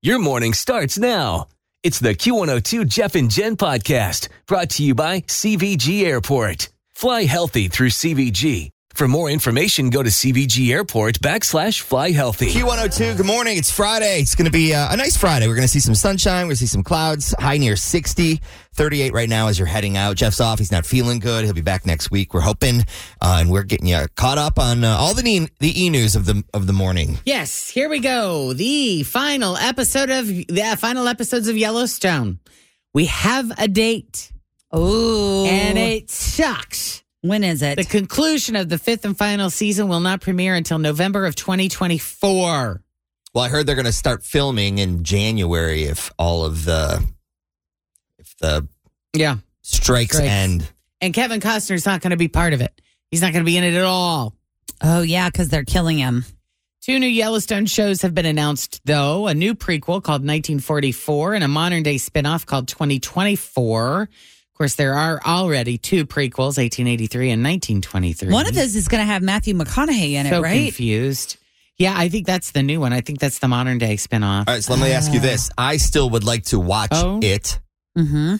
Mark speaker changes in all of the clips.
Speaker 1: Your morning starts now. It's the Q102 Jeff and Jen podcast brought to you by CVG Airport. Fly healthy through CVG. For more information, go to CVG Airport backslash fly healthy.
Speaker 2: Q102, good morning. It's Friday. It's going to be uh, a nice Friday. We're going to see some sunshine. We're going to see some clouds. High near 60, 38 right now as you're heading out. Jeff's off. He's not feeling good. He'll be back next week. We're hoping. Uh, and we're getting you caught up on uh, all the e- the e news of the of the morning.
Speaker 3: Yes, here we go. The final episode of the final episodes of Yellowstone. We have a date,
Speaker 4: Ooh.
Speaker 3: and it sucks.
Speaker 4: when is it?
Speaker 3: The conclusion of the fifth and final season will not premiere until November of 2024.
Speaker 2: Well, I heard they're going to start filming in January if all of the if the
Speaker 3: Yeah,
Speaker 2: strikes,
Speaker 3: Strikes.
Speaker 2: end.
Speaker 3: and Kevin Costner's not going to be part of it. He's not going to be in it at all.
Speaker 4: oh yeah, because they're killing him.
Speaker 3: Two new Yellowstone shows have been announced, though a new prequel called 1944 and a modern day spinoff called 2024. Of course, there are already two prequels, 1883 and 1923.
Speaker 4: One of those is going to have Matthew McConaughey in it,
Speaker 3: so
Speaker 4: right?
Speaker 3: confused. Yeah, I think that's the new one. I think that's the modern day spinoff.
Speaker 2: All right, so let me ask you this. I still would like to watch
Speaker 3: Ah. Oh.
Speaker 2: it,
Speaker 4: Mm-hmm.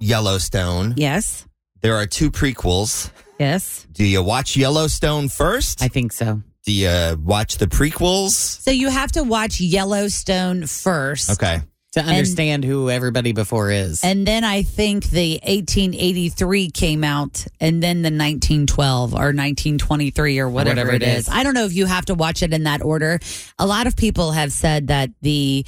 Speaker 2: Yellowstone.
Speaker 4: Yes.
Speaker 2: There are two prequels.
Speaker 4: Yes.
Speaker 2: Do you watch Yellowstone first?
Speaker 3: I think so.
Speaker 2: Do you watch the prequels?
Speaker 4: So you have to watch Yellowstone first.
Speaker 2: Okay.
Speaker 3: To understand who everybody before is.
Speaker 4: And then I think the 1883 came out, and then the 1912 or 1923 or whatever,
Speaker 3: Whatever
Speaker 4: it
Speaker 3: it is.
Speaker 4: is. I don't know if you have to watch it in that order. A lot of people have said that the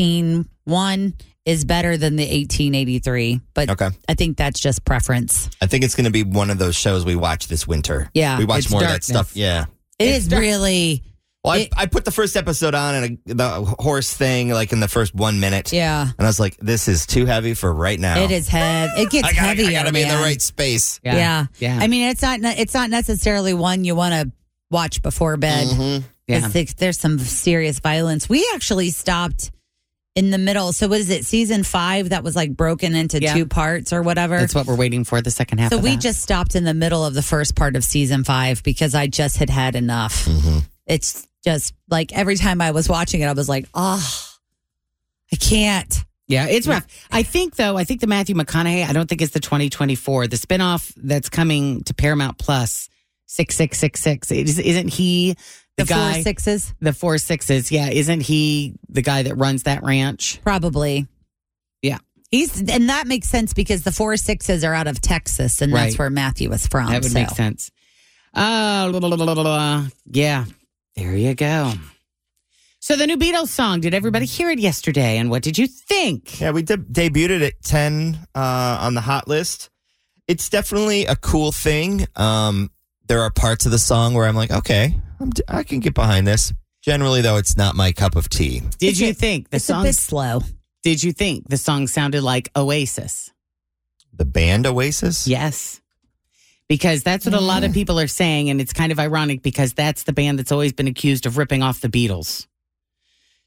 Speaker 4: 191 is better than the 1883, but
Speaker 2: Okay.
Speaker 4: I think that's just preference.
Speaker 2: I think it's going to be one of those shows we watch this winter.
Speaker 4: Yeah,
Speaker 2: We watch
Speaker 3: it's
Speaker 2: more
Speaker 3: darkness.
Speaker 2: of that stuff. Yeah.
Speaker 4: it's really,
Speaker 2: Well,
Speaker 4: It-
Speaker 2: I, I put the first episode on and uh, the horse thing, like in the first one minute.
Speaker 4: yeah.
Speaker 2: And I was like, this is too heavy for right now.
Speaker 4: It is heavy. It gets
Speaker 2: I gotta,
Speaker 4: heavier.
Speaker 2: I gotta be in the
Speaker 4: man.
Speaker 2: right space.
Speaker 4: Yeah.
Speaker 3: Yeah. Yeah.
Speaker 4: I mean, it's not. It's not necessarily one you want to watch before bed.
Speaker 2: Mhm.
Speaker 4: 'Cause
Speaker 3: Mm-hmm. Yeah.
Speaker 4: there's- There's some serious violence. We actually stopped in the middle. So what is it? Season five that was like broken into
Speaker 3: Yeah.
Speaker 4: two parts or whatever.
Speaker 3: that's what we're waiting for the second half
Speaker 4: so
Speaker 3: of
Speaker 4: we
Speaker 3: that.
Speaker 4: just stopped in the middle of the first part of season five because I just had had enough.
Speaker 3: Mm-hmm.
Speaker 4: It's just like every time I was watching it, I was like, oh, I can't.
Speaker 3: Yeah, it's rough. I think though, I think the Matthew McConaughey, I don't think it's the 2024, the spinoff that's coming to Paramount Plus, 6666. It is- Isn't he the,
Speaker 4: The,
Speaker 3: guy
Speaker 4: four sixes,
Speaker 3: the four sixes? Yeah, isn't he the guy that runs that ranch?
Speaker 4: probably.
Speaker 3: Yeah.
Speaker 4: He's and that makes sense because the four sixes are out of Texas, and that's
Speaker 3: Right.
Speaker 4: where Matthew was from.
Speaker 3: that would
Speaker 4: so.
Speaker 3: make sense. Uh, la, la, la, la, la, la. yeah. There you go. So the new Beatles song, did everybody hear it yesterday and what did you think?
Speaker 2: Yeah, we de- debuted it at 10 uh, on the hot list. It's definitely a cool thing. Um, there are parts of the song where I'm like, okay, I'm d- I can get behind this. Generally, though, it's not my cup of tea.
Speaker 3: Did
Speaker 4: It's
Speaker 3: you
Speaker 4: a-
Speaker 3: think the
Speaker 4: It's a
Speaker 3: song
Speaker 4: bit slow.
Speaker 3: did you think the song sounded like Oasis?
Speaker 2: The band Oasis?
Speaker 3: Yes. Because that's what a lot of people are saying. And it's kind of ironic because that's the band that's always been accused of ripping off the Beatles.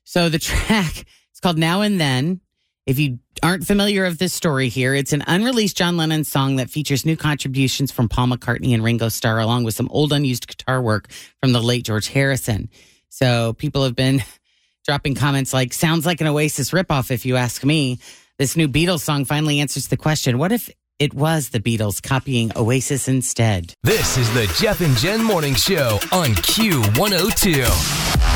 Speaker 3: So the track, it's called Now and Then. If you aren't familiar of this story here, it's an unreleased John Lennon song that features new contributions from Paul McCartney and Ringo Starr, along with some old unused guitar work from the late George Harrison. So people have been dropping comments like, sounds like an Oasis ripoff, if you ask me. This new Beatles song finally answers the question what if it was the Beatles copying Oasis instead?
Speaker 1: This is the Jeff and Jen morning oh show on Q102.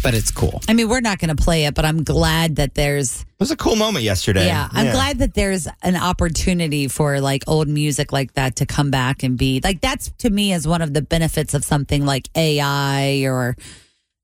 Speaker 3: but it's cool.
Speaker 4: I mean, we're not going to play it, but I'm glad that there's
Speaker 2: It was a cool moment yesterday.
Speaker 4: yeah, I'm glad that there's an opportunity for like old music like that to come back and be like that's to me is one of the benefits of something like AI or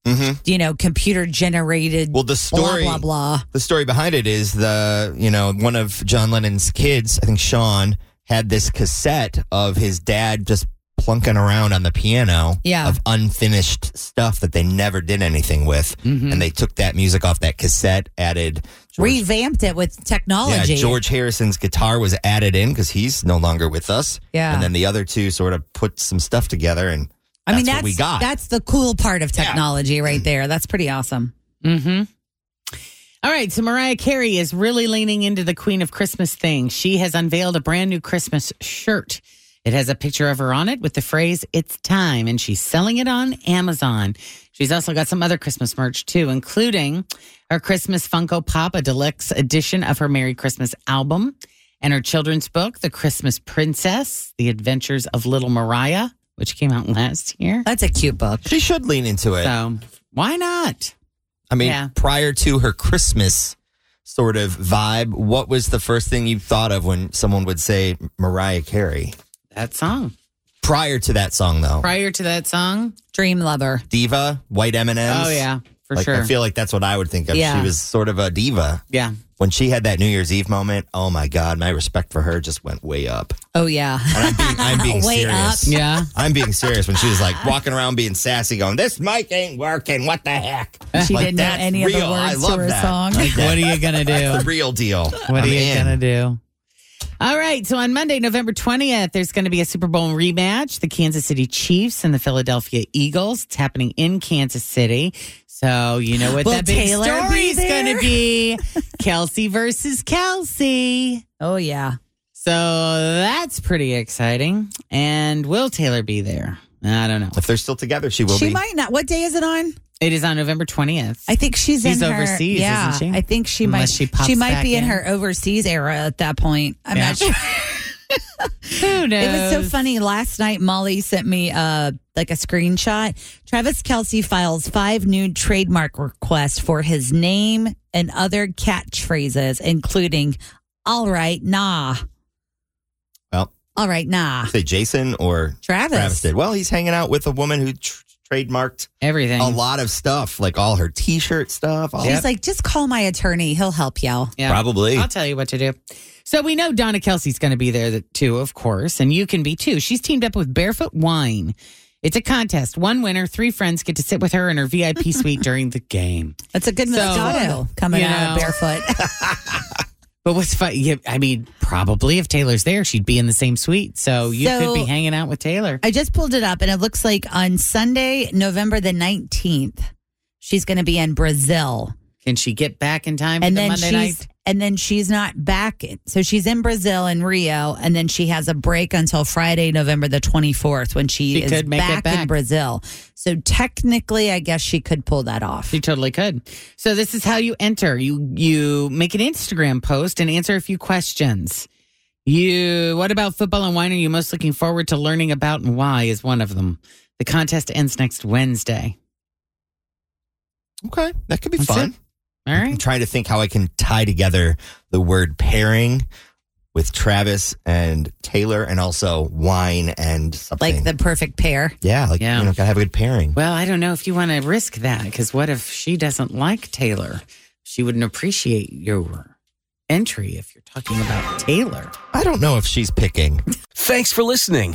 Speaker 2: Mhm.
Speaker 4: you know computer generated
Speaker 2: Well, the story-
Speaker 4: blah blah blah.
Speaker 2: The story behind it is the, you know, one of John Lennon's kids, I think Sean, had this cassette of his dad just plunking around on the piano
Speaker 4: Yeah.
Speaker 2: of unfinished stuff that they never did anything with. And they took that music off that cassette, added
Speaker 4: Revamped it with technology.
Speaker 2: Yeah, George Harrison's guitar was added in because he's no longer with us.
Speaker 4: Yeah.
Speaker 2: And then the other two sort of put some stuff together and
Speaker 4: I
Speaker 2: that's
Speaker 4: mean, that's
Speaker 2: what we got.
Speaker 4: that's the cool part of technology right there. That's pretty awesome.
Speaker 3: Mm-hmm. All right, so Mariah Carey is really leaning into the Queen of Christmas thing. She has unveiled a brand new Christmas shirt. It has a picture of her on it with the phrase "It's time," and she's selling it on Amazon. She's also got some other Christmas merch too, including her Christmas Funko Pop, a deluxe edition of her Merry Christmas album, and her children's book, The Christmas Princess: The Adventures of Little Mariah, which came out last year.
Speaker 4: That's a cute book.
Speaker 2: she should lean into it.
Speaker 3: So why not?
Speaker 2: I mean,
Speaker 3: Yeah.
Speaker 2: prior to her Christmas sort of vibe, what was the first thing you thought of when someone would say Mariah Carey?
Speaker 3: That song.
Speaker 2: Prior to that song, though,
Speaker 3: prior to that song.
Speaker 4: Dream lover.
Speaker 2: diva, white M and M's.
Speaker 3: Oh yeah, for
Speaker 2: like,
Speaker 3: sure.
Speaker 2: I feel like that's what I would think of.
Speaker 4: Yeah.
Speaker 2: She was sort of a diva
Speaker 3: yeah,
Speaker 2: when she had that New Year's Eve moment. Oh my God, my respect for her just went way up.
Speaker 4: Oh yeah.
Speaker 2: And I'm being, I'm being
Speaker 4: Way up.
Speaker 2: serious.
Speaker 3: yeah.
Speaker 2: I'm being serious when she was like walking around being sassy, going, "This mic ain't working. What the heck?"
Speaker 4: She
Speaker 2: Like,
Speaker 4: didn't know
Speaker 2: that's
Speaker 4: any of
Speaker 2: real.
Speaker 4: the
Speaker 2: I
Speaker 4: words
Speaker 2: love
Speaker 4: to her
Speaker 2: that.
Speaker 4: song.
Speaker 3: what are you gonna
Speaker 2: That's
Speaker 3: do?
Speaker 2: the real deal.
Speaker 3: What are
Speaker 2: I'm
Speaker 3: you
Speaker 2: in.
Speaker 3: gonna do? All right. So on Monday, November twentieth, there's going to be a Super Bowl rematch: the Kansas City Chiefs and the Philadelphia Eagles. It's happening in Kansas City. So you know what
Speaker 4: Will
Speaker 3: that big
Speaker 4: Taylor be
Speaker 3: story's going
Speaker 4: there?
Speaker 3: to be: Kelsey versus Kelsey.
Speaker 4: Oh yeah.
Speaker 3: So that's pretty exciting. And will Taylor be there? I don't know.
Speaker 2: If they're still together, she will
Speaker 4: she
Speaker 2: be.
Speaker 4: might not. What day is it on?
Speaker 3: It is on November twentieth.
Speaker 4: I think she's,
Speaker 3: She's
Speaker 4: in her-
Speaker 3: overseas,
Speaker 4: yeah,
Speaker 3: isn't she?
Speaker 4: I think she
Speaker 3: Unless
Speaker 4: might.
Speaker 3: she pops
Speaker 4: might be
Speaker 3: back in.
Speaker 4: in. her overseas era at that point. I'm
Speaker 3: Yeah.
Speaker 4: not sure.
Speaker 3: Who knows?
Speaker 4: It was so funny. Last night, Molly sent me uh, like a screenshot. Travis Kelsey files five new trademark requests for his name and other catchphrases, including "All right, nah."
Speaker 2: Well.
Speaker 4: all right, nah.
Speaker 2: say Jason or
Speaker 4: Travis.
Speaker 2: Travis did. Well, he's hanging out with a woman who tr- trademarked
Speaker 3: Everything.
Speaker 2: a lot of stuff, like all her T-shirt stuff. All
Speaker 4: She's
Speaker 2: that-
Speaker 4: like, just call my attorney. He'll help you.
Speaker 3: Yeah.
Speaker 2: probably.
Speaker 3: I'll tell you what to do. So we know Donna Kelsey's going to be there th- too, of course, and you can be too. She's teamed up with Barefoot Wine. It's a contest. One winner, three friends get to sit with her in her VIP suite during the game.
Speaker 4: That's a good
Speaker 3: So,
Speaker 4: moscato coming
Speaker 3: you
Speaker 4: out
Speaker 3: know.
Speaker 4: barefoot.
Speaker 3: But what's fun? Yeah, I mean, probably if Taylor's there, she'd be in the same suite. So you could be
Speaker 4: So-
Speaker 3: hanging out with Taylor.
Speaker 4: I just pulled it up and it looks like on Sunday, November the 19th, she's going to be in Brazil.
Speaker 3: Can she get back in time for
Speaker 4: And
Speaker 3: the
Speaker 4: then
Speaker 3: Monday
Speaker 4: she's
Speaker 3: night?
Speaker 4: and then she's not back. So she's in Brazil in Rio and then she has a break until Friday, November the 24th when she,
Speaker 3: She
Speaker 4: is
Speaker 3: could make it
Speaker 4: back, in
Speaker 3: back.
Speaker 4: Brazil. So technically, I guess she could pull that off.
Speaker 3: You totally could. So this is how you enter. You you make an Instagram post and answer a few questions. You what about football and wine are you most looking forward to learning about and why is one of them. The contest ends next Wednesday.
Speaker 2: okay, that could be
Speaker 3: That's
Speaker 2: fun.
Speaker 3: it. All
Speaker 2: I'm
Speaker 3: right.
Speaker 2: trying to think how I can tie together the word pairing with Travis and Taylor, and also wine and something.
Speaker 4: Like the perfect pair.
Speaker 2: yeah, like
Speaker 3: Yeah.
Speaker 2: you know, gotta have a good pairing.
Speaker 3: Well, I don't know if you want to risk that cuz what if she doesn't like Taylor? She wouldn't appreciate your entry if you're talking about Taylor.
Speaker 2: I don't know if she's picking.
Speaker 1: Thanks for listening